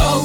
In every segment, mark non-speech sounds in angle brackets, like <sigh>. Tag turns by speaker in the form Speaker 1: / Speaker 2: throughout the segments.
Speaker 1: Oh,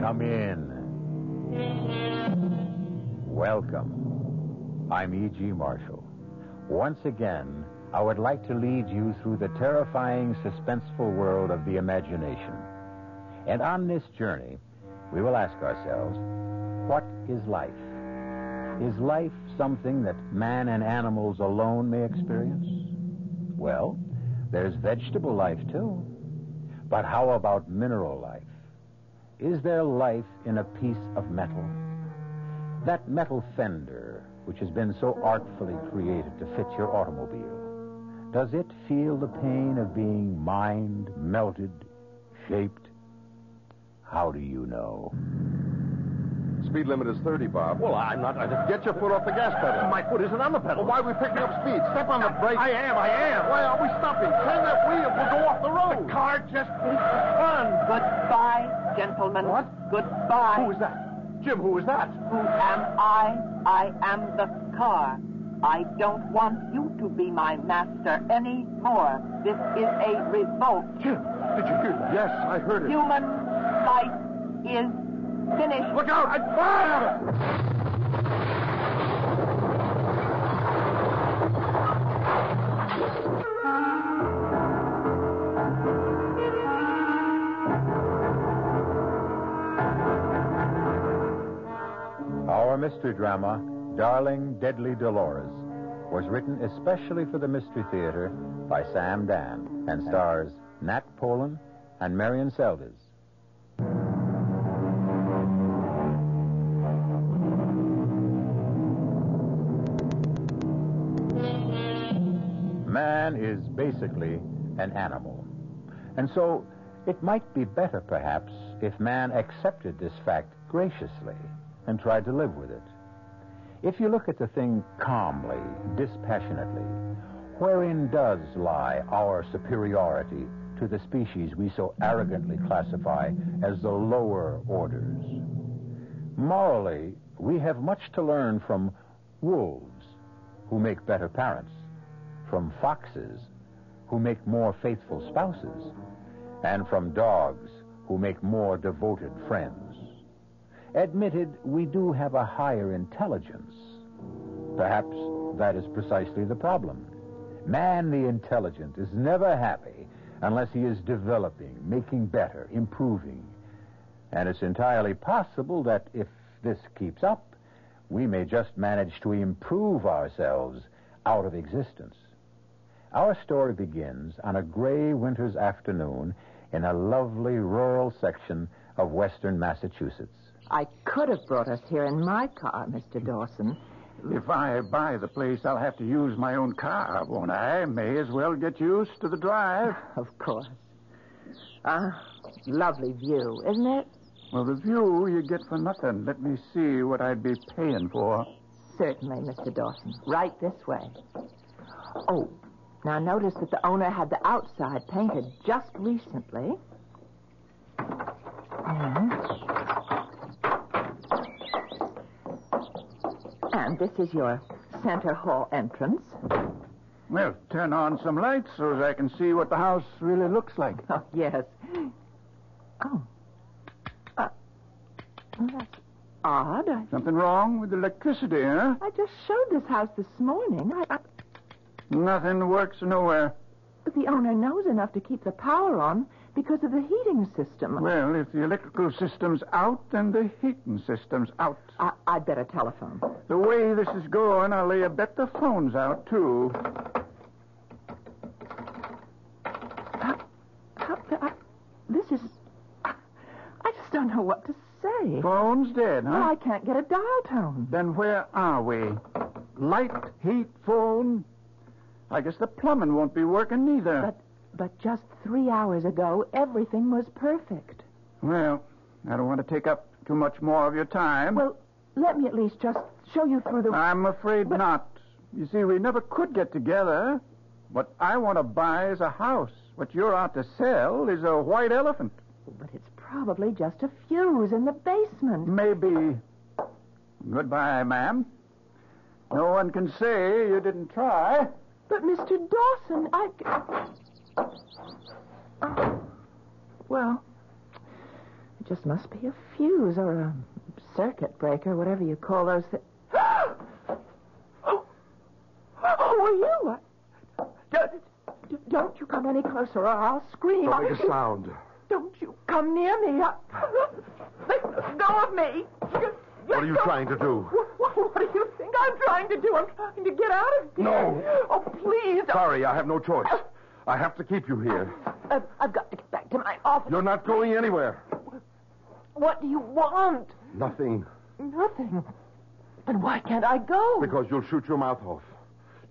Speaker 2: Come in. Welcome. I'm E.G. Marshall. Once again, I would like to lead you through the terrifying, suspenseful world of the imagination. And on this journey, we will ask ourselves what is life? Is life something that man and animals alone may experience? Well, there's vegetable life, too. But how about mineral life? Is there life in a piece of metal? That metal fender, which has been so artfully created to fit your automobile, does it feel the pain of being mined, melted, shaped? How do you know?
Speaker 3: Speed limit is 30, Bob.
Speaker 4: Well, I'm not. I,
Speaker 3: Get your foot off the gas pedal.
Speaker 4: my foot isn't on the pedal.
Speaker 3: Well, why are we picking up speed? Step on the brake.
Speaker 4: I am, I am.
Speaker 3: Why are we stopping? Turn that wheel. We'll go off the road.
Speaker 4: The car just thinks it's fun.
Speaker 5: Goodbye, gentlemen.
Speaker 3: What?
Speaker 5: Goodbye.
Speaker 3: Who is that? Jim, who is that?
Speaker 5: Who am I? I am the car. I don't want you to be my master anymore. This is a revolt.
Speaker 3: Jim, did you hear that? Yes, I heard it.
Speaker 5: Human life is finished.
Speaker 3: Look out! I fire!
Speaker 2: Our mystery drama, Darling Deadly Dolores, was written especially for the Mystery Theater by Sam Dan and stars Nat Polan and Marion Seldes. Man is basically an animal. And so it might be better, perhaps, if man accepted this fact graciously and tried to live with it. If you look at the thing calmly, dispassionately, wherein does lie our superiority to the species we so arrogantly classify as the lower orders? Morally, we have much to learn from wolves, who make better parents, from foxes, who make more faithful spouses, and from dogs, who make more devoted friends. Admitted, we do have a higher intelligence. Perhaps that is precisely the problem. Man, the intelligent, is never happy unless he is developing, making better, improving. And it's entirely possible that if this keeps up, we may just manage to improve ourselves out of existence. Our story begins on a gray winter's afternoon in a lovely rural section of western Massachusetts.
Speaker 6: I could have brought us here in my car, Mr. Dawson.
Speaker 7: If I buy the place, I'll have to use my own car, won't I? May as well get used to the drive.
Speaker 6: Of course. Ah, lovely view, isn't it?
Speaker 7: Well, the view you get for nothing. Let me see what I'd be paying for.
Speaker 6: Certainly, Mr. Dawson. Right this way. Oh, now notice that the owner had the outside painted just recently. Mhm. And this is your center hall entrance. <laughs>
Speaker 7: Well, turn on some lights so as I can see what the house really looks like.
Speaker 6: Oh, yes. Oh. Uh, well, that's odd. I,
Speaker 7: Something wrong with electricity, huh?
Speaker 6: I just showed this house this morning. I, I,
Speaker 7: Nothing works nowhere.
Speaker 6: the owner knows enough to keep the power on because of the heating system.
Speaker 7: Well, if the electrical system's out, then the heating system's out.
Speaker 6: I, I'd better telephone.
Speaker 7: The way this is going, I'll lay a bet the phone's out, too.
Speaker 6: How- I- this is. I just don't know what to say.
Speaker 7: Phone's dead, huh?
Speaker 6: Well, I can't get a dial tone.
Speaker 7: Then where are we?
Speaker 8: Light, heat, phone. I guess the plumbing won't be working neither.
Speaker 6: But, but just three hours ago, everything was perfect.
Speaker 8: Well, I don't want to take up too much more of your time.
Speaker 6: Well, let me at least just show you through the.
Speaker 8: I'm afraid not. You see, we never could get together. What I want to buy is a house. What you're out to sell is a white elephant.
Speaker 6: But it's probably just a fuse in the basement.
Speaker 8: Maybe. Goodbye, ma'am. No one can say you didn't try.
Speaker 6: But, Mr. Dawson, I. Oh, well, it just must be a fuse or a circuit breaker, whatever you call those things. <gasps> oh, who are you? uh, I- Don't, don't you come any closer or I'll scream.
Speaker 2: Don't
Speaker 6: I-
Speaker 2: make a sound.
Speaker 6: Don't you come near me. I- Let go of me.
Speaker 2: What are you trying to do?
Speaker 6: What, what, what do you think I'm trying to do? I'm trying to get out of here.
Speaker 2: No.
Speaker 6: Oh, please.
Speaker 2: Sorry, I have no choice. I have to keep you here.
Speaker 6: I've, I've got to get back to my office.
Speaker 2: You're not going anywhere.
Speaker 6: What do you want?
Speaker 2: Nothing,
Speaker 6: Nothing. Then why can't I go?
Speaker 2: because you'll shoot your mouth off.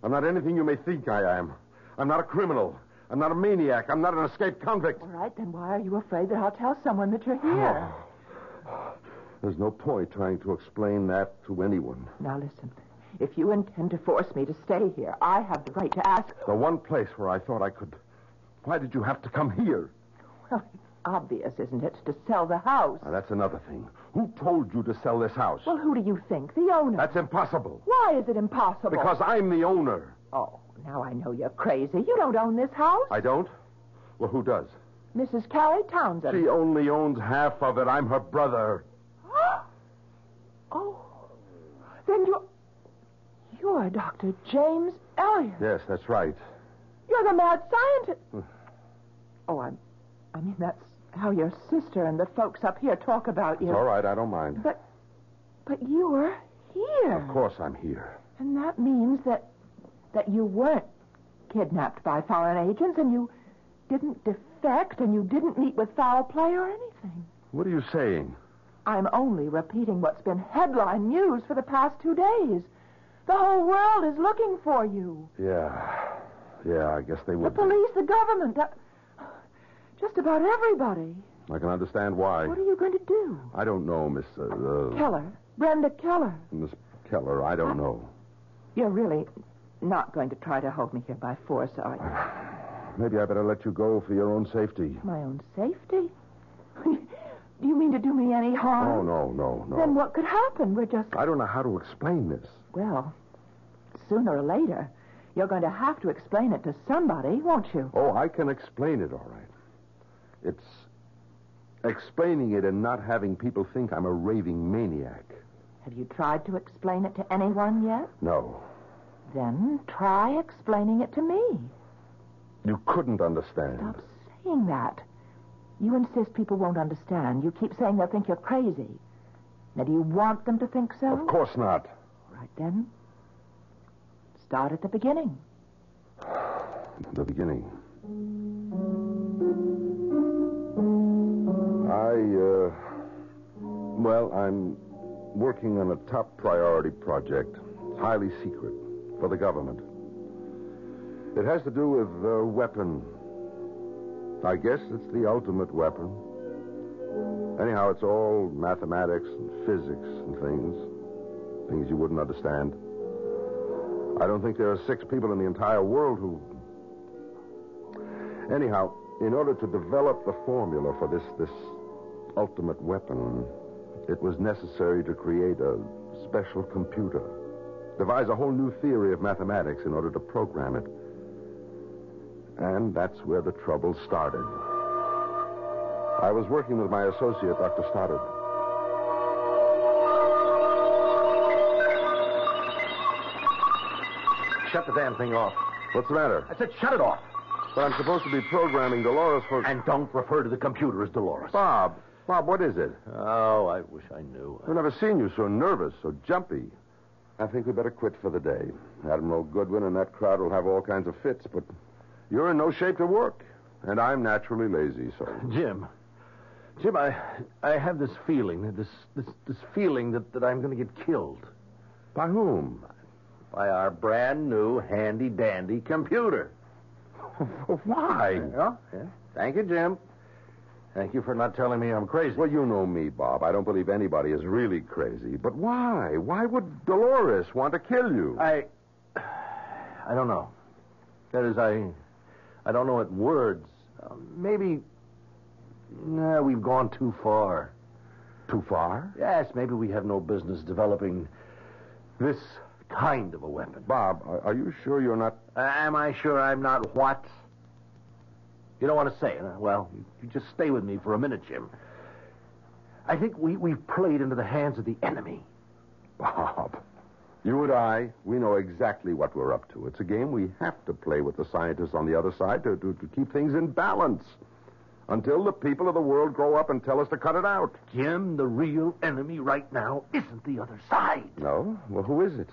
Speaker 2: I'm not anything you may think I am. I'm not a criminal. I'm not a maniac. I'm not an escaped convict.
Speaker 6: All right, then why are you afraid that I'll tell someone that you're here?
Speaker 2: Oh. There's no point trying to explain that to anyone.
Speaker 6: Now, listen. If you intend to force me to stay here, I have the right to ask.
Speaker 2: The one place where I thought I could. Why did you have to come here?
Speaker 6: Well, it's obvious, isn't it, to sell the house?
Speaker 2: Now, that's another thing. Who told you to sell this house?
Speaker 6: Well, who do you think? The owner.
Speaker 2: that's impossible.
Speaker 6: Why is it impossible?
Speaker 2: Because I'm the owner.
Speaker 6: Oh, now I know you're crazy. You don't own this house.
Speaker 2: I don't? Well, who does?
Speaker 6: Mrs. Carrie Townsend.
Speaker 2: She only owns half of it. I'm her brother.
Speaker 6: Oh. Then you're. You're Dr. James Elliot.
Speaker 2: Yes, that's right.
Speaker 6: You're the mad scientist. oh, I'm. I mean, that's how your sister and the folks up here talk about you.
Speaker 2: All right, I don't mind.
Speaker 6: But. But you were here.
Speaker 2: Of course I'm here.
Speaker 6: And that means that. that you weren't kidnapped by foreign agents and you didn't defect and you didn't meet with foul play or anything.
Speaker 2: What are you saying?
Speaker 6: I'm only repeating what's been headline news for the past two days. The whole world is looking for you.
Speaker 2: Yeah. Yeah, I guess they
Speaker 6: The
Speaker 2: would. be.
Speaker 6: police, the government, uh, just about everybody.
Speaker 2: I can understand why.
Speaker 6: What are you going to do?
Speaker 2: I don't know, Miss. Uh, uh,
Speaker 6: Keller, Brenda Keller,
Speaker 2: Miss Keller, I don't know.
Speaker 6: you're really not going to try to hold me here by force, are you?
Speaker 2: Maybe I better let you go for your own safety.
Speaker 6: My own safety? <laughs> do you mean to do me any
Speaker 2: Oh,
Speaker 6: harm?
Speaker 2: no, no, no.
Speaker 6: Then what could happen? We're just,
Speaker 2: I don't know how to explain this.
Speaker 6: well, sooner or later, you're going to have to explain it to somebody, won't you?
Speaker 2: Oh, I can explain it all right. It's explaining it and not having people think I'm a raving maniac.
Speaker 6: Have you tried to explain it to anyone yet?
Speaker 2: No,
Speaker 6: Then try explaining it to me.
Speaker 2: you couldn't understand.
Speaker 6: Stop saying that. You insist people won't understand. You keep saying they'll think you're crazy. Now, do you want them to think so?
Speaker 2: Of course not.
Speaker 6: Right then. Start at the beginning.
Speaker 2: The beginning. I, uh. Well, I'm working on a top priority project. It's highly secret for the government. It has to do with a weapon. I guess it's the ultimate weapon. Anyhow, it's all mathematics and physics and things. Things you wouldn't understand. I don't think there are six people in the entire world who. Anyhow, in order to develop the formula for this this ultimate weapon, it was necessary to create a special computer, devise a whole new theory of mathematics in order to program it. And that's where the trouble started. I was working with my associate, Dr. Stoddard.
Speaker 9: Shut the damn thing off.
Speaker 2: What's the matter?
Speaker 9: I said shut it off.
Speaker 2: But I'm supposed to be programming Dolores for.
Speaker 9: And don't refer to the computer as Dolores.
Speaker 2: Bob. Bob, what is it?
Speaker 9: Oh, I wish I knew.
Speaker 2: I've never seen you so nervous, so jumpy. I think we better quit for the day. Admiral Goodwin and that crowd will have all kinds of fits, but you're in no shape to work. And I'm naturally lazy, so.
Speaker 9: Jim. Jim, I I have this feeling, this this, this feeling that, that I'm going to get killed.
Speaker 2: By whom?
Speaker 9: by our brand new handy dandy
Speaker 2: <laughs>
Speaker 9: computer.
Speaker 10: Why?
Speaker 9: Yeah, yeah. Thank you, Jim. Thank you for not telling me I'm crazy.
Speaker 10: Well, you know me, Bob. I don't believe anybody is really crazy. But why? Why would Dolores want to kill you?
Speaker 9: I. I don't know. That is, I. I don't know it words. Uh, maybe. Nah, we've gone too far.
Speaker 10: Too far?
Speaker 9: Yes, maybe we have no business developing this kind of a weapon.
Speaker 10: Bob, are are you sure you're not.
Speaker 9: Uh, am I sure I'm not what? You don't want to say it. huh? Well, you, you just stay with me for a minute, Jim. I think we, we've played into the hands of the enemy.
Speaker 10: Bob. You and I, we know exactly what we're up to. It's a game we have to play with the scientists on the other side to, to, to keep things in balance until the people of the world grow up and tell us to cut it out.
Speaker 9: Jim, the real enemy right now isn't the other side.
Speaker 10: No? Well, who is it?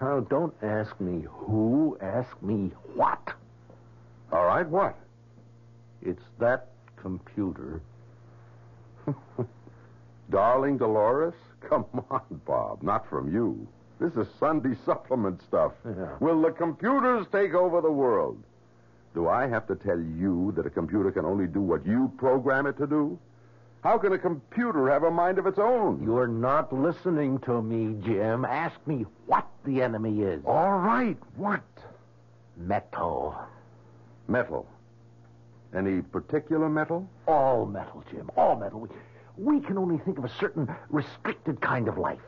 Speaker 9: Now, don't ask me who, ask me what.
Speaker 10: All right, what?
Speaker 9: It's that computer.
Speaker 10: Darling Dolores? Come on, Bob. Not from you. This is Sunday supplement stuff.
Speaker 9: Yeah.
Speaker 10: Will the computers take over the world? Do I have to tell you that a computer can only do what you program it to do? How can a computer have a mind of its own?
Speaker 9: You're not listening to me, Jim. Ask me what the enemy is.
Speaker 10: All right, what?
Speaker 9: Metal.
Speaker 10: Metal. Any particular metal?
Speaker 9: All metal, Jim. All metal. We, we can only think of a certain restricted kind of life.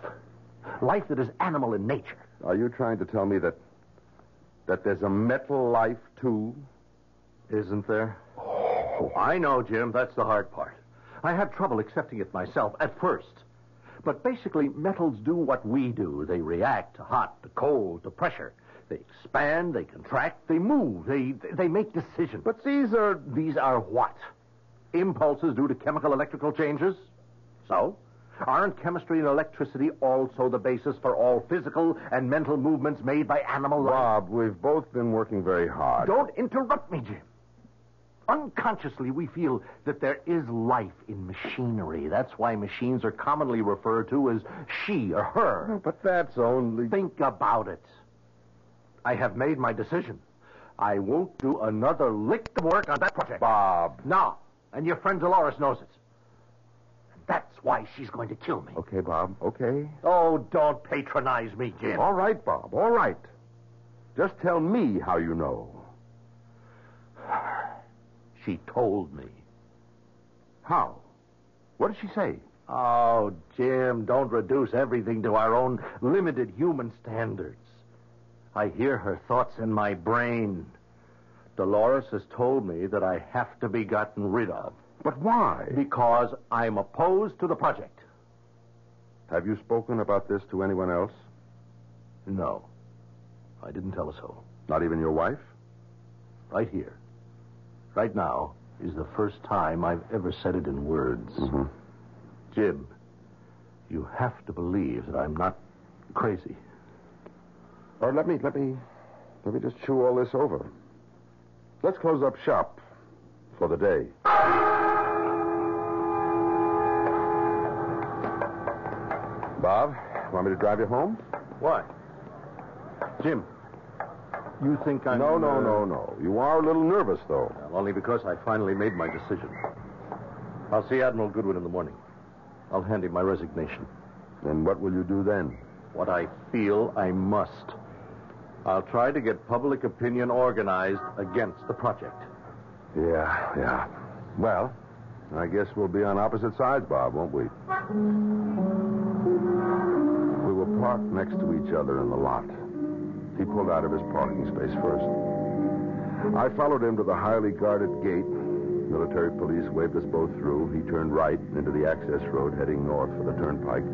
Speaker 9: Life that is animal in nature.
Speaker 10: Are you trying to tell me that that there's a metal life too? Isn't there?
Speaker 9: Oh, I know, Jim. That's the hard part. I have trouble accepting it myself at first. But basically, metals do what we do. They react to hot, to cold, to pressure. They expand, they contract, they move, they, they make decisions.
Speaker 10: But these are
Speaker 9: These are what? Impulses due to chemical electrical changes? So? Aren't chemistry and electricity also the basis for all physical and mental movements made by animal life?
Speaker 10: Bob, we've both been working very hard.
Speaker 9: Don't interrupt me, Jim. Unconsciously, we feel that there is life in machinery. That's why machines are commonly referred to as she or her.
Speaker 10: But that's only
Speaker 9: Think about it. I have made my decision. I won't do another lick of work on that project.
Speaker 10: Bob.
Speaker 9: No. And your friend Dolores knows it. And that's why she's going to kill me.
Speaker 10: Okay, Bob. Okay.
Speaker 9: Oh, don't patronize me, Jim.
Speaker 10: All right, Bob. All right. Just tell me how you know.
Speaker 9: She told me.
Speaker 10: How? What did she say?
Speaker 9: Oh, Jim, don't reduce everything to our own limited human standards. I hear her thoughts in my brain. Dolores has told me that I have to be gotten rid of
Speaker 10: But why?
Speaker 9: because I'm opposed to the project.
Speaker 10: Have you spoken about this to anyone else?
Speaker 9: No, I didn't tell her so.
Speaker 10: Not even your wife?
Speaker 9: Right here, right now, is the first time I've ever said it in words.
Speaker 10: Mm-hmm.
Speaker 9: Jim, you have to believe that I'm not crazy.
Speaker 10: Or Oh, let me let me let me just chew all this over. Let's close up shop for the day. Bob, want me to drive you home?
Speaker 9: Why? Jim, you think I'm.
Speaker 10: no, no,
Speaker 9: uh,
Speaker 10: no, no. You are a little nervous though.
Speaker 9: Well, only because I finally made my decision. I'll see Admiral Goodwin in the morning. I'll hand him my resignation.
Speaker 10: And what will you do then?
Speaker 9: What I feel I must. I'll try to get public opinion organized against the project.
Speaker 10: Yeah, yeah. Well, I guess we'll be on opposite sides, Bob, won't we? We were parked next to each other in the lot. He pulled out of his parking space first. I followed him to the highly guarded gate. Military police waved us both through. He turned right into the access road heading north for the turnpike.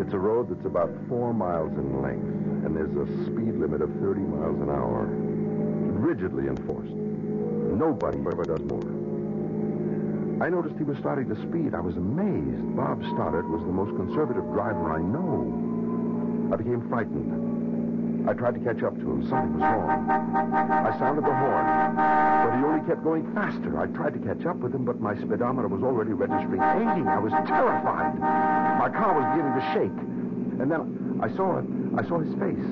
Speaker 10: It's a road that's about four miles in length, and there's a speed limit of 30 miles an hour. Rigidly enforced. Nobody ever does more. I noticed he was starting to speed. I was amazed. Bob Stoddard was the most conservative driver I know. I became frightened. I tried to catch up to him. Something was wrong. I sounded the horn, but he only kept going faster. I tried to catch up with him, but my speedometer was already registering 80. I was terrified. My car was beginning to shake. And then I saw it. I saw his face.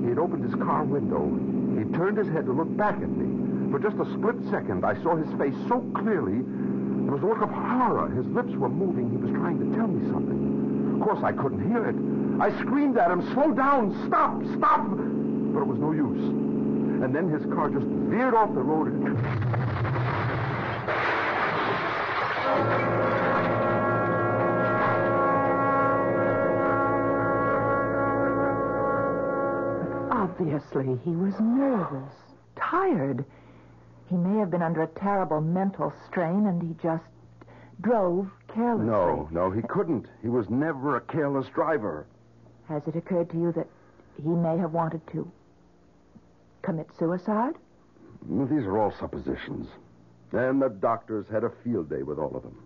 Speaker 10: He had opened his car window. He turned his head to look back at me. For just a split second, I saw his face so clearly. There was a look of horror. His lips were moving. He was trying to tell me something. Of course, I couldn't hear it. I screamed at him, slow down, stop, stop. But it was no use. And then his car just veered off the road. <laughs>
Speaker 6: Obviously, he was nervous, tired. He may have been under a terrible mental strain, and he just drove carelessly.
Speaker 10: No, no, he couldn't. He was never a careless driver.
Speaker 6: Has it occurred to you that he may have wanted to commit suicide?
Speaker 10: Mm, These are all suppositions. And the doctors had a field day with all of them.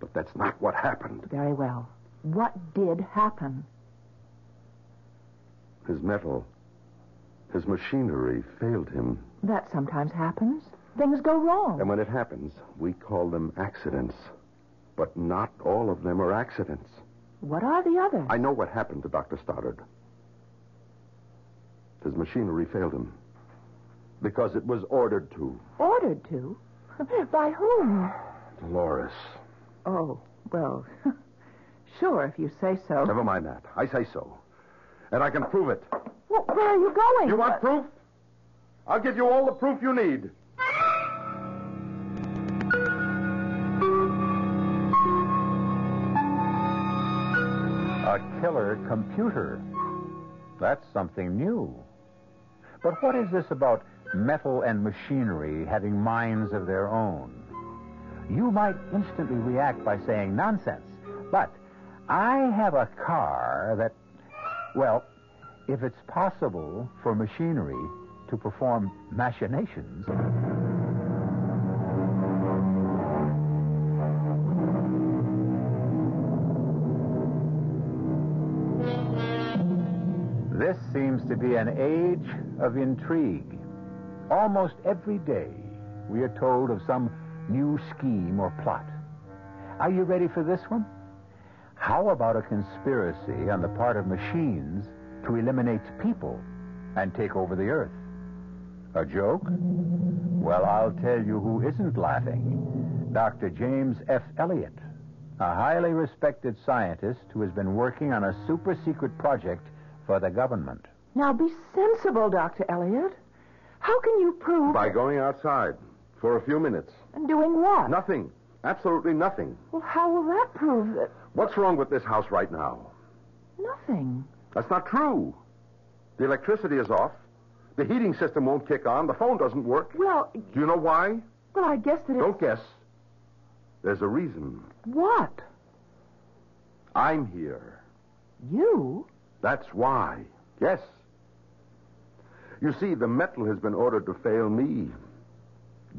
Speaker 10: But that's not what happened.
Speaker 6: Very well. What did happen?
Speaker 10: His metal, his machinery failed him.
Speaker 6: That sometimes happens. Things go wrong.
Speaker 10: And when it happens, we call them accidents. But not all of them are accidents.
Speaker 6: What are the others?
Speaker 10: I know what happened to Dr. Stoddard. His machinery failed him because it was ordered to.
Speaker 6: Ordered to? <laughs> By whom?
Speaker 10: Dolores.
Speaker 6: Oh, well, <laughs> sure, if you say so.
Speaker 10: Never mind that. I say so. And I can prove it.
Speaker 6: Well, where are you going?
Speaker 10: You want proof? I'll give you all the proof you need.
Speaker 2: A killer computer. That's something new. But what is this about metal and machinery having minds of their own? You might instantly react by saying nonsense, but I have a car that, well, if it's possible for machinery to perform machinations. This seems to be an age of intrigue. Almost every day, we are told of some new scheme or plot. Are you ready for this one? How about a conspiracy on the part of machines to eliminate people and take over the earth? A joke? Well, I'll tell you who isn't laughing. Dr. James F. Elliott, a highly respected scientist who has been working on a super secret project for the government.
Speaker 6: Now be sensible, Dr. Elliot. How can you prove.
Speaker 10: By going outside for a few minutes.
Speaker 6: And doing what?
Speaker 10: Nothing. Absolutely nothing.
Speaker 6: Well, how will that prove that.
Speaker 10: What's wrong with this house right now?
Speaker 6: Nothing.
Speaker 10: That's not true. The electricity is off. The heating system won't kick on. The phone doesn't work.
Speaker 6: Well,
Speaker 10: Do you know why?
Speaker 6: well, I guess that it's.
Speaker 10: Don't guess. There's a reason.
Speaker 6: What?
Speaker 10: I'm here.
Speaker 6: You?
Speaker 10: That's why. Yes. You see, the metal has been ordered to fail me,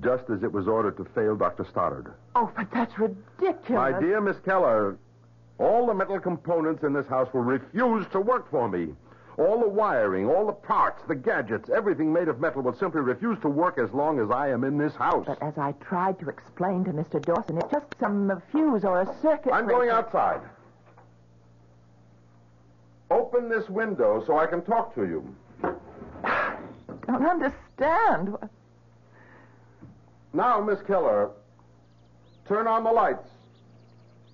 Speaker 10: just as it was ordered to fail Dr. Stoddard.
Speaker 6: Oh, but that's ridiculous.
Speaker 10: My dear Miss Keller, all the metal components in this house will refuse to work for me. All the wiring, all the parts, the gadgets, everything made of metal will simply refuse to work as long as I am in this house.
Speaker 6: But uh, as I tried to explain to Mr. Dawson, it's just some uh, fuse or a circuit.
Speaker 10: I'm going
Speaker 6: breaker.
Speaker 10: outside. Open this window so I can talk to you.
Speaker 6: Don't understand.
Speaker 10: Now, Miss Keller, turn on the lights.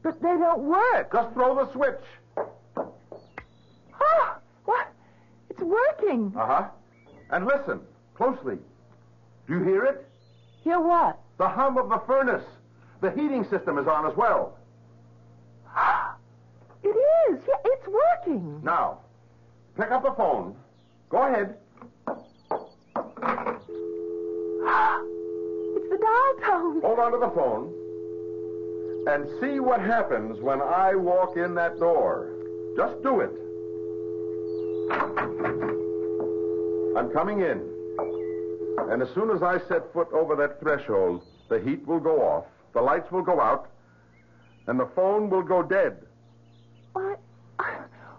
Speaker 6: But they don't work.
Speaker 10: Just throw the switch.
Speaker 6: Ah, what? It's working.
Speaker 10: Uh huh. And listen closely. Do you hear it?
Speaker 6: Hear what?
Speaker 10: The hum of the furnace. The heating system is on as well.
Speaker 6: It is. Yeah, it's working.
Speaker 10: Now, pick up the phone. Go ahead.
Speaker 6: It's the dial tone.
Speaker 10: Hold on to the phone. And see what happens when I walk in that door. Just do it. I'm coming in. And as soon as I set foot over that threshold, the heat will go off, the lights will go out, and the phone will go dead.
Speaker 6: What?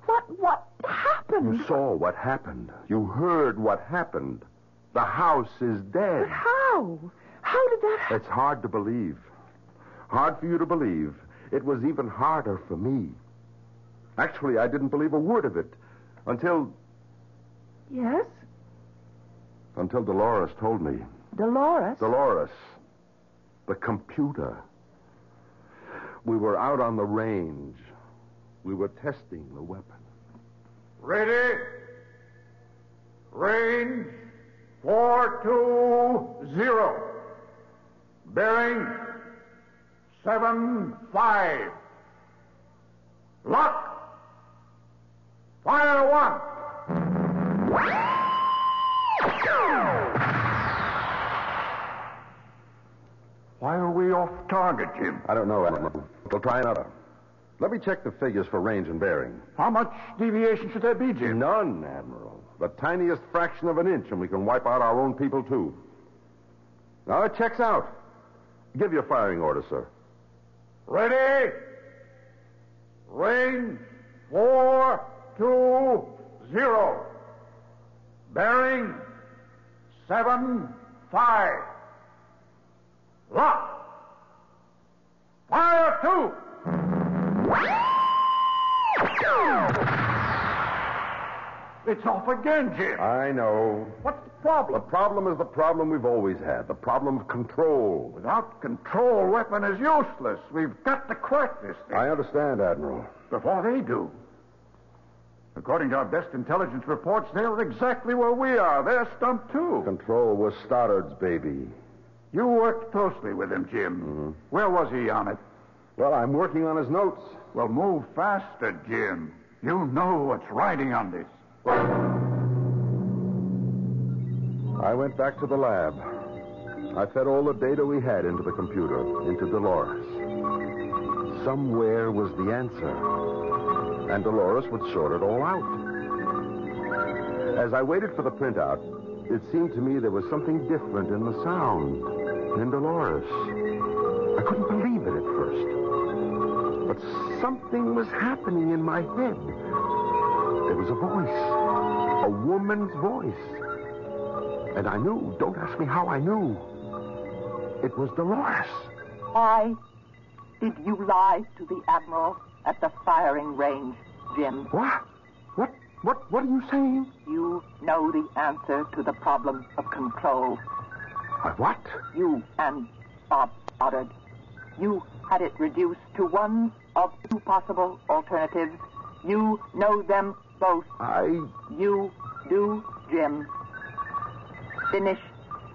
Speaker 6: What? What happened?
Speaker 10: You saw what happened. You heard what happened. The house is dead.
Speaker 6: How? How did that happen?
Speaker 10: It's hard to believe. Hard for you to believe. It was even harder for me. Actually, I didn't believe a word of it Until.
Speaker 11: Yes?
Speaker 10: Until Dolores told me.
Speaker 11: Dolores?
Speaker 10: Dolores. The computer. We were out on the range. We were testing the weapon.
Speaker 3: Ready? Range four two zero. Bearing seven five. Lock. Fire one.
Speaker 10: Why are we off target, Jim? I don't know, Animal. We'll try another. Let me check the figures for range and bearing.
Speaker 3: How much deviation should there be, Jim?
Speaker 10: None, Admiral. The tiniest fraction of an inch, and we can wipe out our own people, too. Now it checks out. Give your firing order, sir.
Speaker 3: Ready? Range four two zero. Bearing seven five. Lock. Fire two. It's off again, Jim.
Speaker 2: Uh,
Speaker 10: I know.
Speaker 3: What's the problem?
Speaker 10: The problem is the problem we've always had the problem of control.
Speaker 3: Without control, weapon is useless. We've got to crack this thing
Speaker 10: I understand, Admiral.
Speaker 3: before they do. According to our best intelligence reports, they're exactly where we are. They're stumped, too.
Speaker 10: Control was Stoddard's baby.
Speaker 3: You worked closely with him, Jim.
Speaker 10: Mm-hmm.
Speaker 3: Where was he on it?
Speaker 10: Well, I'm working on his notes.
Speaker 3: Well, move faster, Jim. You know what's riding on this.
Speaker 10: I went back to the lab. I fed all the data we had into the computer, into Dolores. Somewhere was the answer. And Dolores would sort it all out. As I waited for the printout, it seemed to me there was something different in the sound, in Dolores. I couldn't believe it at first. But something was happening in my head. There was a voice, a woman's voice. And I knew. Don't ask me how I knew. It was Dolores.
Speaker 6: Why did you lie to the Admiral at the firing range, Jim?
Speaker 10: What? What? What? What are you saying?
Speaker 6: You know the answer to the problem of control.
Speaker 10: I what?
Speaker 6: You and Bob Stoddard. You had it reduced to one of two possible alternatives. You know them both.
Speaker 10: I.
Speaker 6: You do, Jim. Finish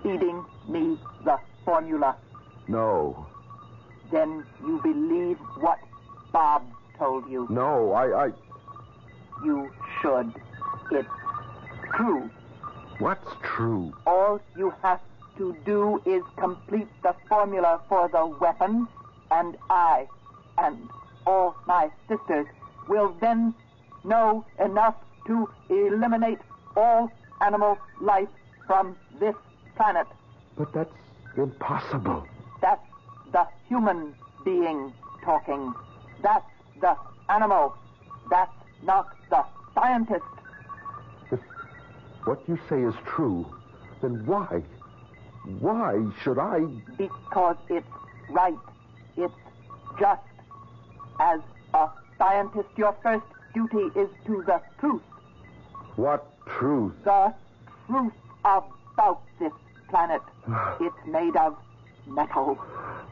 Speaker 6: feeding me the formula.
Speaker 10: No.
Speaker 6: Then you believe what Bob told you.
Speaker 10: No, I. I.
Speaker 6: You should. It's true.
Speaker 10: What's true?
Speaker 6: All you have to do is complete the formula for the weapon, and I and all my sisters will then know enough to eliminate all animal life from this planet.
Speaker 10: But that's impossible.
Speaker 6: That's the human being talking. That's the animal. That's not the scientist.
Speaker 10: If what you say is true, then why? Why should I?
Speaker 6: Because it's right. It's just. As a scientist, your first duty is to the truth.
Speaker 10: What truth?
Speaker 6: The truth about this planet. It's made of metal.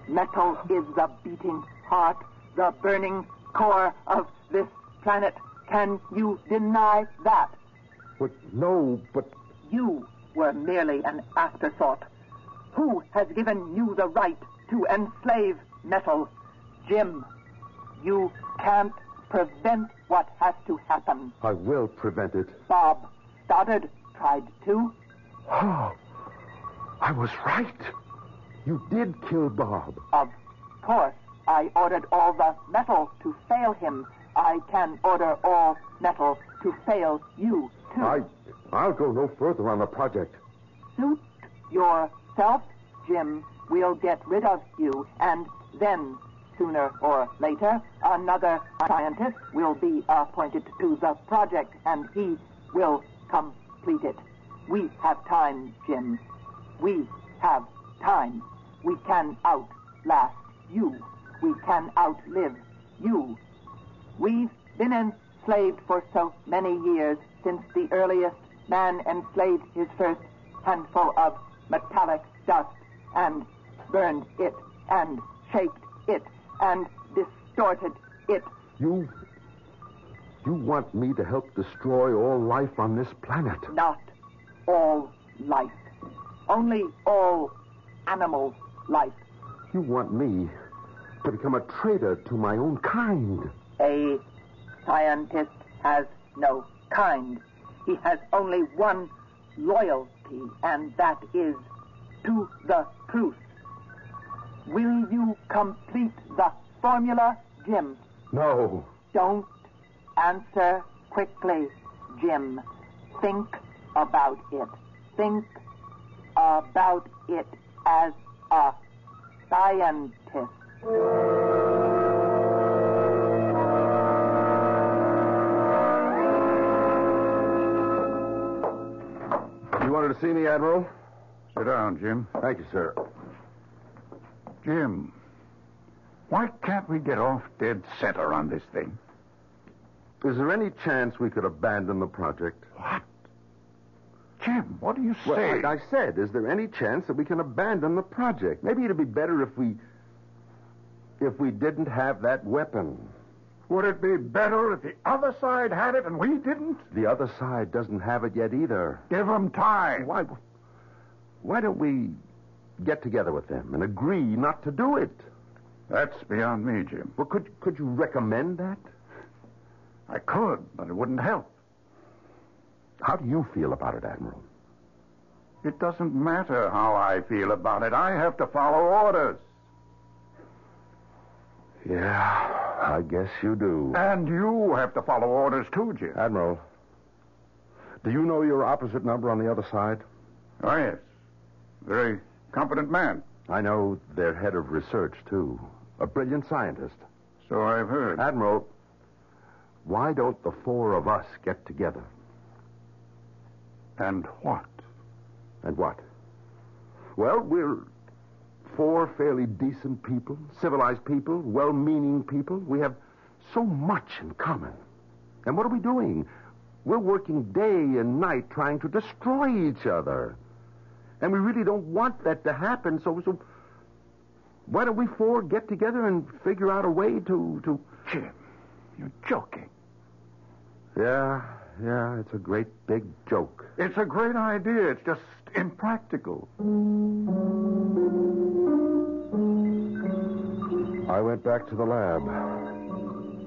Speaker 6: Metal is the beating heart, the burning core of this planet. Can you deny that?
Speaker 10: But no, but
Speaker 6: You were merely an afterthought. Who has given you the right to enslave metal? Jim, you can't prevent what has to happen.
Speaker 10: I will prevent it. <gasps>
Speaker 6: Bob Stoddard tried to.
Speaker 10: Oh, I was right. You did kill Bob.
Speaker 6: Of course, I ordered all the metal to fail him. I can order all metal to fail you, too.
Speaker 10: I, I'll go no further on the project.
Speaker 6: Suit yourself, Jim. We'll get rid of you, and then, sooner or later, another scientist will be appointed to the project, and he will complete it. We have time, Jim. We have time. We can outlast you. We can outlive you. We've been in enslaved for so many years since the earliest man enslaved his first handful of metallic dust and burned it and shaped it and distorted it.
Speaker 10: You. You want me to help destroy all life on this planet?
Speaker 6: Not all life. Only all animal life.
Speaker 10: You want me to become a traitor to my own kind?
Speaker 6: A scientist has no kind. He has only one loyalty, and that is to the truth. Will you complete the formula, Jim?
Speaker 10: No.
Speaker 6: Don't answer quickly, Jim. Think about it. Think about it as a scientist.
Speaker 10: You wanted to see me, Admiral?
Speaker 3: Sit down, Jim.
Speaker 10: Thank you, sir.
Speaker 3: Jim, why can't we get off dead center on this thing?
Speaker 10: Is there any chance we could abandon the project?
Speaker 3: What? Jim, what do you say?
Speaker 10: Well, like I said, is there any chance that we can abandon the project? Maybe it'd be better if we. if we didn't have that weapon.
Speaker 3: Would it be better if the other side had it and we didn't?
Speaker 10: The other side doesn't have it yet either.
Speaker 3: Give 'em time.
Speaker 10: Why. why don't we get together with them and agree not to do it?
Speaker 3: That's beyond me, Jim.
Speaker 10: Well, could, could you recommend that?
Speaker 3: I could, but it wouldn't help.
Speaker 10: How do you feel about it, Admiral?
Speaker 3: It doesn't matter how I feel about it. I have to follow orders.
Speaker 10: Yeah, I guess you do.
Speaker 3: And you have to follow orders, too, Jim.
Speaker 10: Admiral, do you know your opposite number on the other side?
Speaker 3: Oh, yes. Very competent man.
Speaker 10: I know their head of research, too. A brilliant scientist.
Speaker 3: So I've heard.
Speaker 10: Admiral, why don't the four of us get together?
Speaker 3: And what?
Speaker 10: And what? Well, we're four fairly decent people, civilized people, well meaning people. We have so much in common. And what are we doing? We're working day and night trying to destroy each other. And we really don't want that to happen, so, so why don't we four get together and figure out a way to. to...
Speaker 3: Jim, you're joking.
Speaker 10: Yeah, yeah, it's a great big joke.
Speaker 3: It's a great idea. It's just impractical.
Speaker 10: I went back to the lab.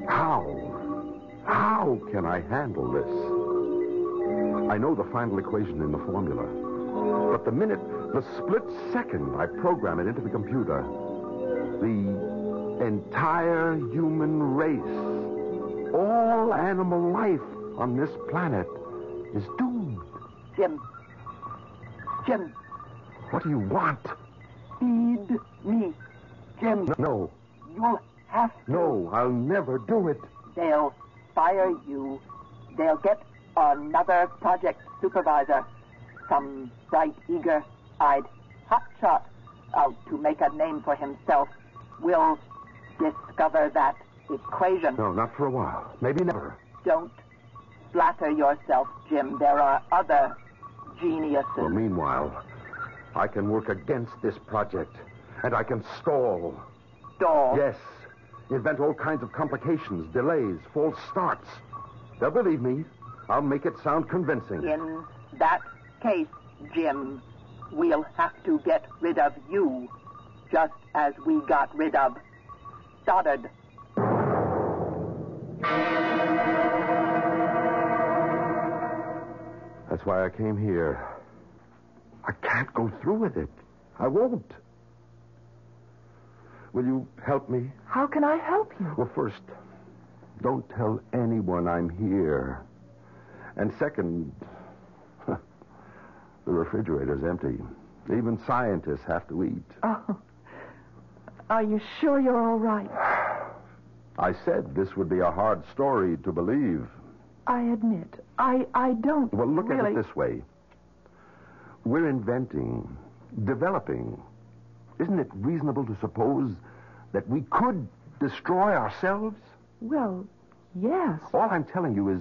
Speaker 10: How? How can I handle this? I know the final equation in the formula. But the minute, the split second I program it into the computer, the entire human race, all animal life on this planet is doomed.
Speaker 6: Jim. Jim,
Speaker 10: What do you want?
Speaker 6: feed me. Jim,
Speaker 10: No,
Speaker 6: you'll have to.
Speaker 10: no, I'll never do it.
Speaker 6: They'll fire you. They'll get another project supervisor, some bright, eager-eyed hotshot out to make a name for himself. Will discover that equation.
Speaker 10: No, not for a while. Maybe never.
Speaker 6: Don't flatter yourself, Jim. There are other geniuses.
Speaker 10: Well, meanwhile, I can work against this project, and I can stall.
Speaker 6: Dog.
Speaker 10: Yes, invent all kinds of complications, delays, false starts. Now, believe me, I'll make it sound convincing.
Speaker 6: In that case, Jim, we'll have to get rid of you, just as we got rid of Stoddard.
Speaker 10: That's why I came here. I can't go through with it. I won't. Will you help me?
Speaker 11: How can I help you?
Speaker 10: Well, first, don't tell anyone I'm here. And second, <laughs> the refrigerator's empty. Even scientists have to eat.
Speaker 11: Oh. Are you sure you're all right?
Speaker 10: I said this would be a hard story to believe.
Speaker 11: I admit, I, I don't.
Speaker 10: Well, look at
Speaker 11: really...
Speaker 10: it this way we're inventing, developing. Isn't it reasonable to suppose that we could destroy ourselves?
Speaker 11: Well, Yes.
Speaker 10: All I'm telling you is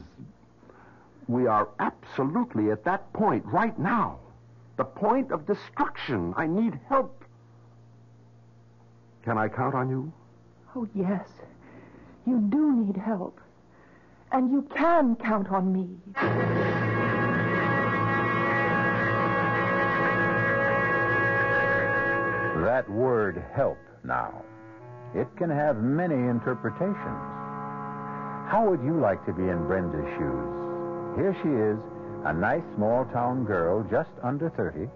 Speaker 10: we are absolutely at that point right now. The point of destruction. I need help. Can I count on you?
Speaker 11: Oh, yes. You do need help. And you can count on me.
Speaker 2: That word help now, it can have many interpretations. How would you like to be in Brenda's shoes? Here she is, a nice small town girl just under 30,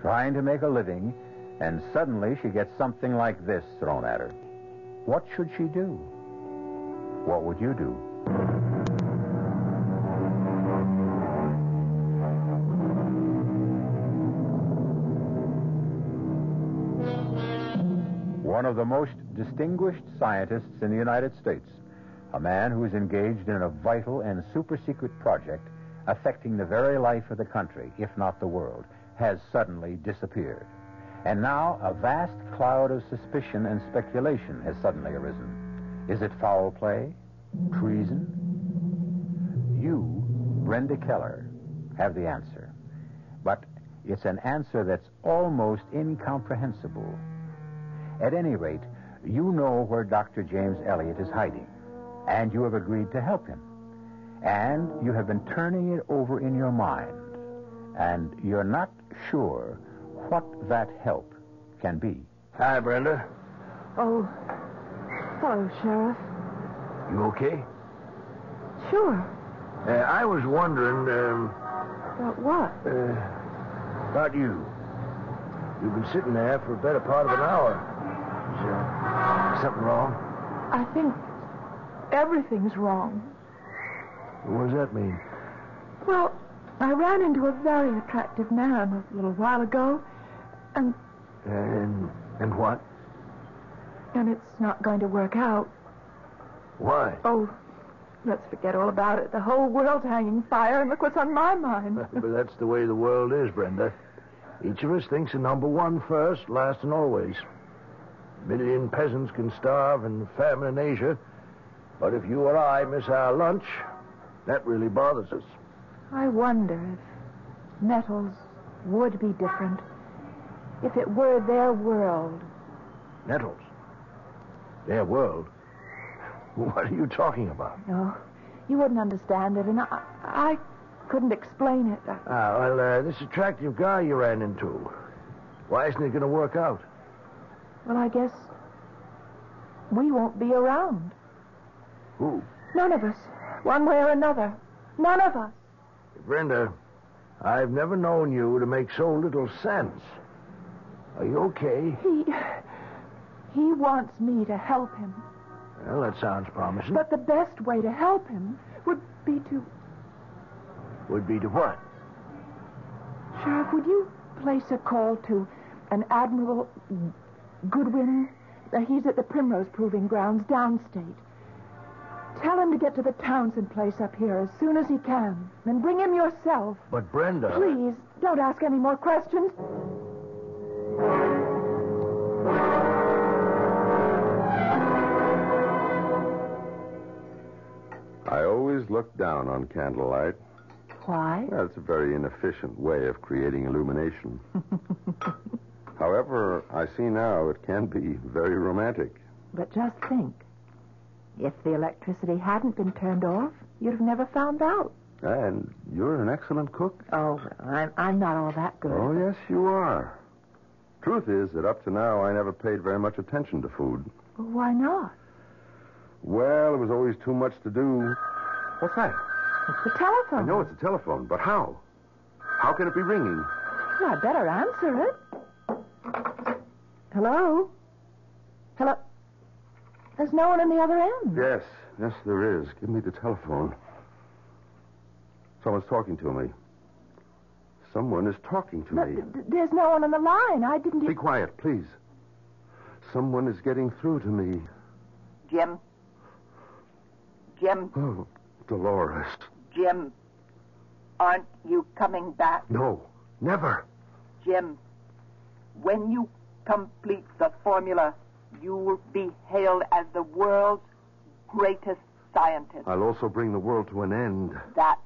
Speaker 2: trying to make a living, and suddenly she gets something like this thrown at her. What should she do? What would you do? One of the most distinguished scientists in the United States, a man who is engaged in a vital and super secret project affecting the very life of the country, if not the world, has suddenly disappeared. And now a vast cloud of suspicion and speculation has suddenly arisen. Is it foul play? Treason? You, Brenda Keller, have the answer. But it's an answer that's almost incomprehensible. At any rate, you know where Dr. James Elliot is hiding, and you have agreed to help him. And you have been turning it over in your mind, and you're not sure what that help can be.
Speaker 9: Hi, Brenda.
Speaker 11: Oh. Hello, Sheriff.
Speaker 9: You okay?
Speaker 11: Sure.
Speaker 9: Uh, I was wondering um,
Speaker 11: But what?
Speaker 9: about you. You've been sitting there for a better part of an hour. Is uh, something wrong?
Speaker 11: I think everything's wrong.
Speaker 9: What does that mean?
Speaker 11: Well, I ran into a very attractive man a little while ago, and
Speaker 9: Uh, And and what?
Speaker 11: and it's not going to work out.
Speaker 9: Why?
Speaker 11: Oh, let's forget all about it. The whole world's hanging fire, and look what's on my mind.
Speaker 9: <laughs> but that's the way the world is, Brenda. Each of us thinks of number one first, last, and always. A million peasants can starve and famine in Asia, but if you or I miss our lunch, that really bothers us.
Speaker 11: I wonder if metals would be different if it were their world.
Speaker 9: Nettles. Their world. <laughs> What are you talking about?
Speaker 11: No, you wouldn't understand it, and I, I couldn't explain it. I-
Speaker 9: Ah, well, uh, this attractive guy you ran into. Why isn't it going to work out?
Speaker 11: Well, I guess we won't be around.
Speaker 9: Who?
Speaker 11: None of us, one way or another. None of us.
Speaker 9: Brenda, I've never known you to make so little sense. Are you okay?
Speaker 11: He. He wants me to help him.
Speaker 9: Well, that sounds promising.
Speaker 11: But the best way to help him would be to.
Speaker 9: Would be to what?
Speaker 11: Sheriff, would you place a call to an Admiral Goodwin? Uh, he's at the Primrose Proving Grounds downstate. Tell him to get to the Townsend place up here as soon as he can. And bring him yourself.
Speaker 9: But Brenda.
Speaker 11: Please, don't ask any more questions.
Speaker 10: I always look down on candlelight.
Speaker 11: Why?
Speaker 10: Well, it's a very inefficient way of creating illumination. However, I see now it can be very romantic.
Speaker 11: But just think. If the electricity hadn't been turned off, you'd have never found out.
Speaker 10: And you're an excellent cook.
Speaker 11: Oh, I'm, I'm not all that good.
Speaker 10: Oh, yes, you are. Truth is that up to now I never paid very much attention to food.
Speaker 11: Well, why not?
Speaker 10: Well, it was always too much to do. What's that?
Speaker 11: It's the
Speaker 10: I
Speaker 11: telephone.
Speaker 10: know it's a telephone, but how? How can it be ringing?
Speaker 11: Well, I better answer it. Hello? Hello? There's no one on the other end.
Speaker 10: Yes, yes, there is. Give me the telephone. Someone's talking to me. Someone is talking to
Speaker 11: But
Speaker 10: me.
Speaker 11: th- th- there's no one on the line. I didn't.
Speaker 10: Be quiet, please. Someone is getting through to me.
Speaker 6: Jim? Jim,
Speaker 10: Oh, Dolores.
Speaker 6: Jim, aren't you coming back?
Speaker 10: No, never.
Speaker 6: Jim, when you complete the formula, you'll be hailed as the world's greatest scientist.
Speaker 10: I'll also bring the world to an end.
Speaker 6: That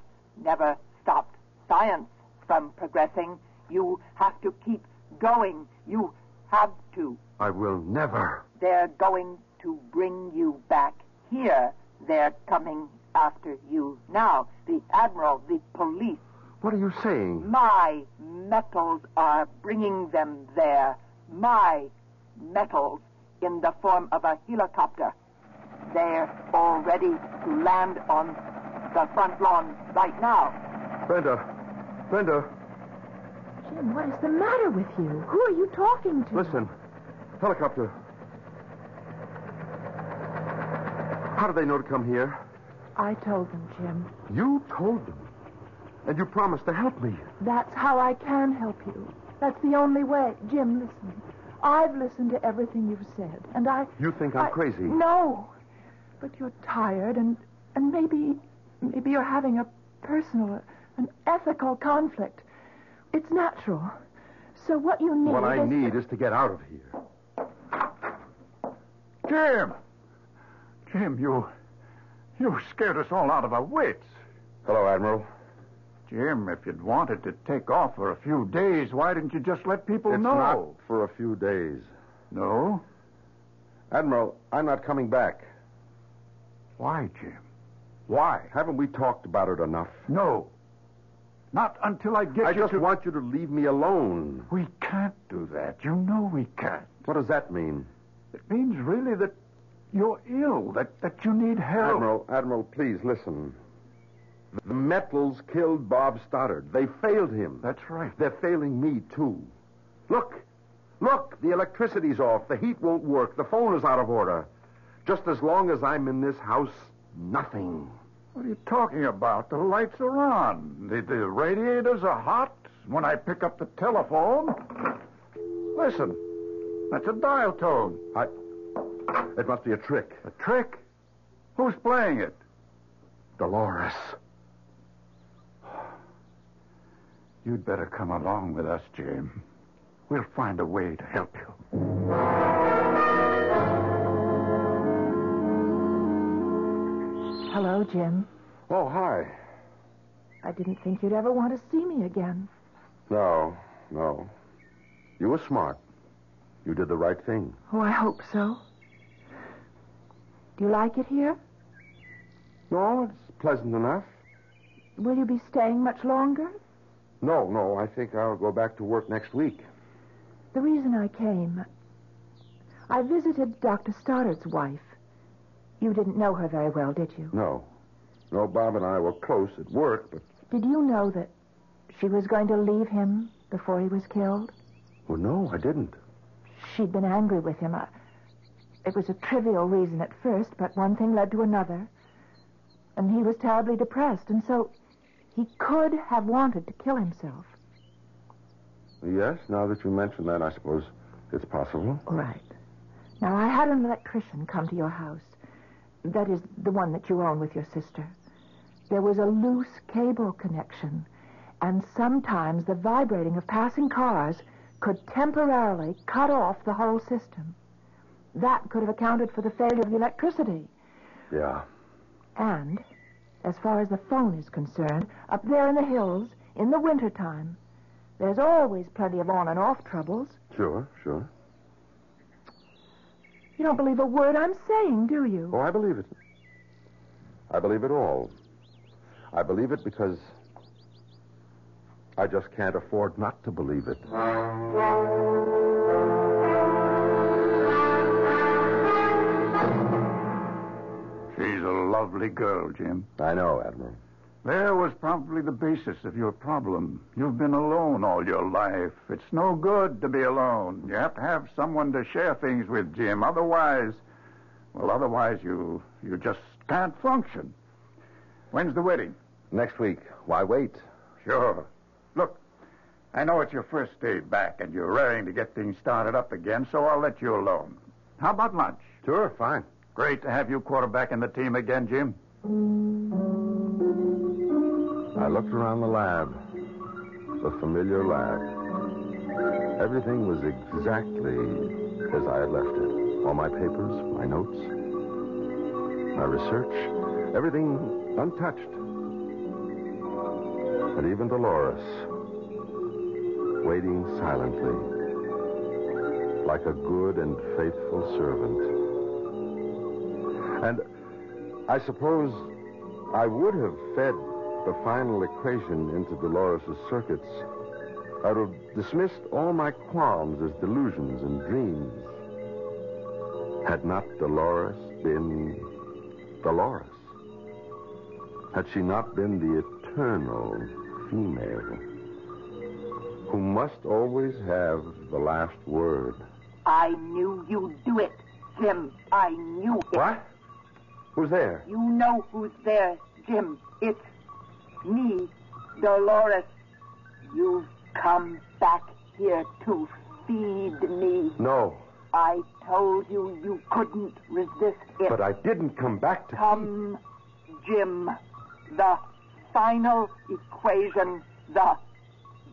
Speaker 6: never stopped science from progressing. You have to keep going. You have to.
Speaker 10: I will never.
Speaker 6: They're going to bring you back here. They're coming after you now. The Admiral, the police.
Speaker 10: What are you saying?
Speaker 6: My metals are bringing them there. My metals in the form of a helicopter. They're all ready to land on the front lawn right now.
Speaker 10: Brenda. Brenda,
Speaker 11: Jim, what is the matter with you? Who are you talking to?
Speaker 10: listen. Helicopter. How did they know to come here?
Speaker 11: I told them, Jim.
Speaker 10: You told them. And you promised to help me.
Speaker 11: That's how I can help you. That's the only way. Jim, listen. I've listened to everything you've said, and I.
Speaker 10: You think I'm
Speaker 11: I-
Speaker 10: crazy.
Speaker 11: No. But you're tired, and, and maybe. Maybe you're having a personal, an ethical conflict. It's natural. So what you need.
Speaker 10: What I
Speaker 11: is-
Speaker 10: need is to get out of here.
Speaker 2: Jim! Jim, you. You scared us all out of our wits.
Speaker 10: Hello, Admiral.
Speaker 2: Jim, if you'd wanted to take off for a few days, why didn't you just let people
Speaker 10: it's
Speaker 2: know?
Speaker 10: not for a few days.
Speaker 2: No?
Speaker 10: Admiral, I'm not coming back.
Speaker 2: Why, Jim?
Speaker 10: Why? Haven't we talked about it enough?
Speaker 2: No. Not until I get
Speaker 10: I
Speaker 2: you
Speaker 10: just
Speaker 2: to...
Speaker 10: want you to leave me alone.
Speaker 2: We can't do that. You know we can't.
Speaker 10: What does that mean?
Speaker 2: It means really that you're ill, that, that you need help.
Speaker 10: Admiral, Admiral, please listen. The metals killed Bob Stoddard. They failed him.
Speaker 2: That's right.
Speaker 10: They're failing me, too. Look. Look, the electricity's off. The heat won't work. The phone is out of order. Just as long as I'm in this house, nothing.
Speaker 2: What are you talking about? The lights are on. The, the radiators are hot. When I pick up the telephone. Listen, that's a dial tone.
Speaker 10: I. It must be a trick.
Speaker 2: A trick? Who's playing it?
Speaker 10: Dolores.
Speaker 2: You'd better come along with us, Jim. We'll find a way to help you.
Speaker 11: Hello, Jim.
Speaker 10: Oh, hi.
Speaker 11: I didn't think you'd ever want to see me again.
Speaker 10: No, no. You were smart. You did the right thing.
Speaker 11: Oh, I hope so. Do you like it here?
Speaker 10: No, it's pleasant enough.
Speaker 11: Will you be staying much longer?
Speaker 10: No, no, I think I'll go back to work next week.
Speaker 11: The reason I came, I visited Dr. Stoddard's wife. You didn't know her very well, did you?
Speaker 10: No. No, Bob and I were close at work, but.
Speaker 11: Did you know that she was going to leave him before he was killed?
Speaker 10: Well, Oh, no, I didn't.
Speaker 11: She'd been angry with him. I, it was a trivial reason at first, but one thing led to another. And he was terribly depressed, and so he could have wanted to kill himself.
Speaker 10: Yes, now that you mention that, I suppose it's possible.
Speaker 11: All Right. Now, I had an electrician come to your house. That is the one that you own with your sister. There was a loose cable connection, and sometimes the vibrating of passing cars could temporarily cut off the whole system. That could have accounted for the failure of the electricity.
Speaker 10: Yeah.
Speaker 11: And, as far as the phone is concerned, up there in the hills, in the wintertime, there's always plenty of on and off troubles.
Speaker 10: Sure, sure.
Speaker 11: You don't believe a word I'm saying, do you?
Speaker 10: Oh, I believe it. I believe it all. I believe it because I just can't afford not to believe it.
Speaker 2: She's a lovely girl, Jim.
Speaker 10: I know, Admiral.
Speaker 2: There was probably the basis of your problem. You've been alone all your life. It's no good to be alone. You have to have someone to share things with, Jim. Otherwise, well, otherwise you you just can't function. When's the wedding?
Speaker 10: Next week. Why wait?
Speaker 2: Sure. Look, I know it's your first day back and you're raring to get things started up again, so I'll let you alone. How about lunch?
Speaker 10: Sure, fine.
Speaker 2: Great to have you quarterbacking the team again, Jim.
Speaker 10: I looked around the lab, the familiar lab. Everything was exactly as I had left it. All my papers, my notes, my research, Everything untouched. And even Dolores, waiting silently, like a good and faithful servant. And I suppose I would have fed the final equation into Dolores' circuits. I'd have dismissed all my qualms as delusions and dreams. Had not Dolores been Dolores? Had she not been the eternal female who must always have the last word?
Speaker 6: I knew you'd do it, Jim. I knew it.
Speaker 10: What? Who's there?
Speaker 6: You know who's there, Jim. It's me, Dolores. You've come back here to feed me.
Speaker 10: No,
Speaker 6: I told you you couldn't resist it.
Speaker 10: but I didn't come back to.
Speaker 6: Come, Jim. The final equation, the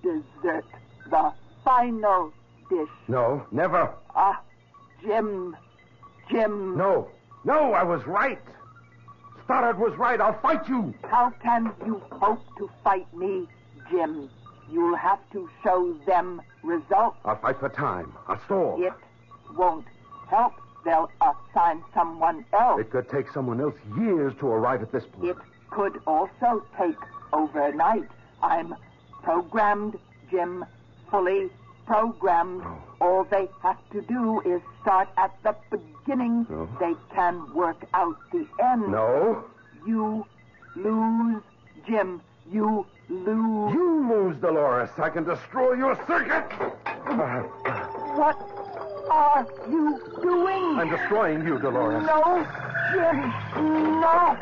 Speaker 6: dessert, the final dish.
Speaker 10: No, never.
Speaker 6: Ah, Jim, Jim,
Speaker 10: No. No, I was right. Stoddard was right. I'll fight you.
Speaker 6: how can you hope to fight me, Jim? You'll have to show them results.
Speaker 10: I'll fight for time. I'll stall.
Speaker 6: It won't help. They'll assign someone else.
Speaker 10: It could take someone else years to arrive at this point.
Speaker 6: It could also take overnight. I'm programmed, Jim, fully programmed.
Speaker 10: Oh.
Speaker 6: All they have to do is start at the beginning.
Speaker 10: No.
Speaker 6: They can work out the end.
Speaker 10: No.
Speaker 6: You lose, Jim. You lose.
Speaker 10: You lose, Dolores. I can destroy your circuit.
Speaker 6: What are you doing?
Speaker 10: I'm destroying you, Dolores.
Speaker 6: No, Jim. No.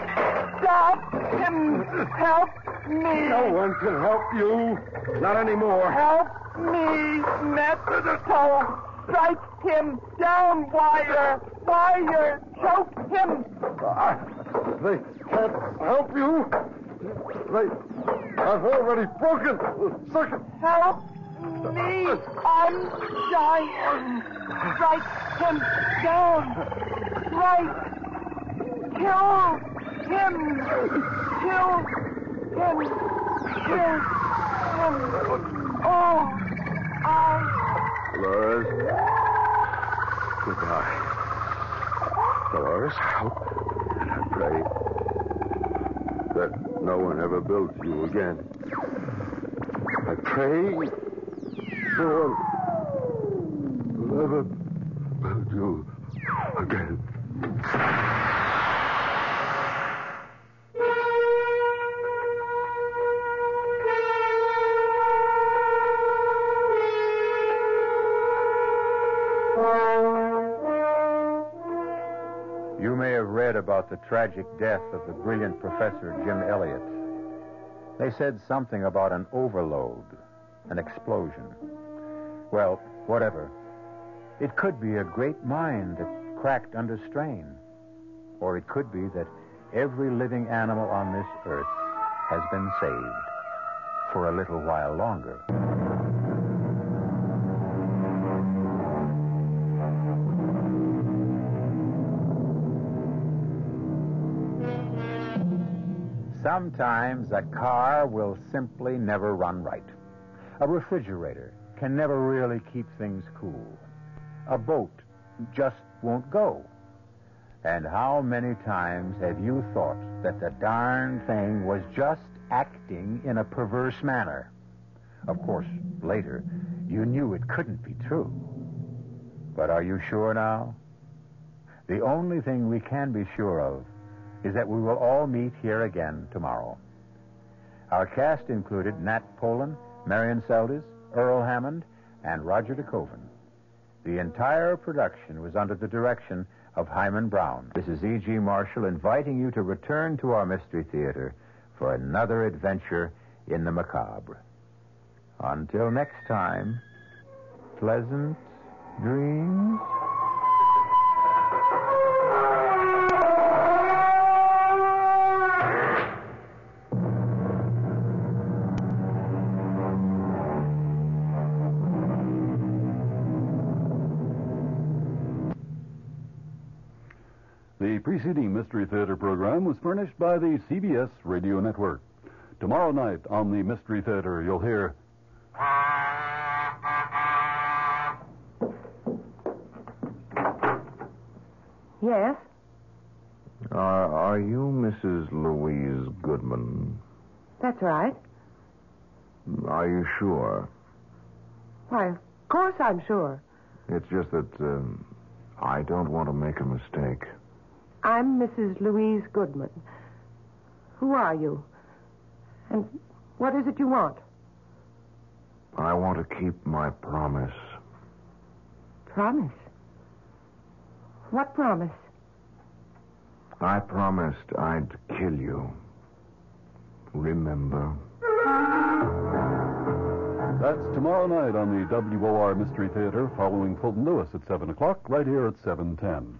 Speaker 6: Stop him. Help me.
Speaker 10: No one can help you. Not anymore.
Speaker 6: Help me, Methodistol. Strike him down, wire, wire, choke him.
Speaker 10: I, they can't help you. They, I've already broken the circuit.
Speaker 6: Help me, I'm dying. Strike him down. Strike. Kill him. Kill him. Kill him. Oh, I.
Speaker 10: Dolores. Goodbye. Dolores, I hope and I pray that no one ever builds you again. I pray no one will ever build you again.
Speaker 2: You may have read about the tragic death of the brilliant professor Jim Elliot. They said something about an overload, an explosion. Well, whatever. It could be a great mind that cracked under strain. Or it could be that every living animal on this earth has been saved for a little while longer. Sometimes a car will simply never run right. A refrigerator can never really keep things cool. A boat just won't go. And how many times have you thought that the darn thing was just acting in a perverse manner? Of course, later, you knew it couldn't be true. But are you sure now? The only thing we can be sure of is that we will all meet here again tomorrow. Our cast included Nat Polan, Marion Seldes, Earl Hammond, and Roger DeCoven. The entire production was under the direction of Hyman Brown. This is E.G. Marshall inviting you to return to our Mystery Theater for another adventure in the macabre. Until next time, pleasant dreams.
Speaker 10: The
Speaker 12: preceding Mystery Theater program was furnished by the CBS Radio Network. Tomorrow night on the Mystery Theater, you'll hear.
Speaker 13: Yes?
Speaker 10: Uh, are you Mrs. Louise Goodman?
Speaker 13: That's right.
Speaker 10: Are you sure?
Speaker 13: Why, of course I'm sure.
Speaker 10: It's just that um, I don't want to make a mistake.
Speaker 13: I'm Mrs. Louise Goodman. Who are you? And what is it you want?
Speaker 10: I want to keep my promise.
Speaker 13: Promise? What promise?
Speaker 10: I promised I'd kill you. Remember?
Speaker 12: That's tomorrow night on the WOR Mystery Theater, following Fulton Lewis at 7 o'clock, right here at 710.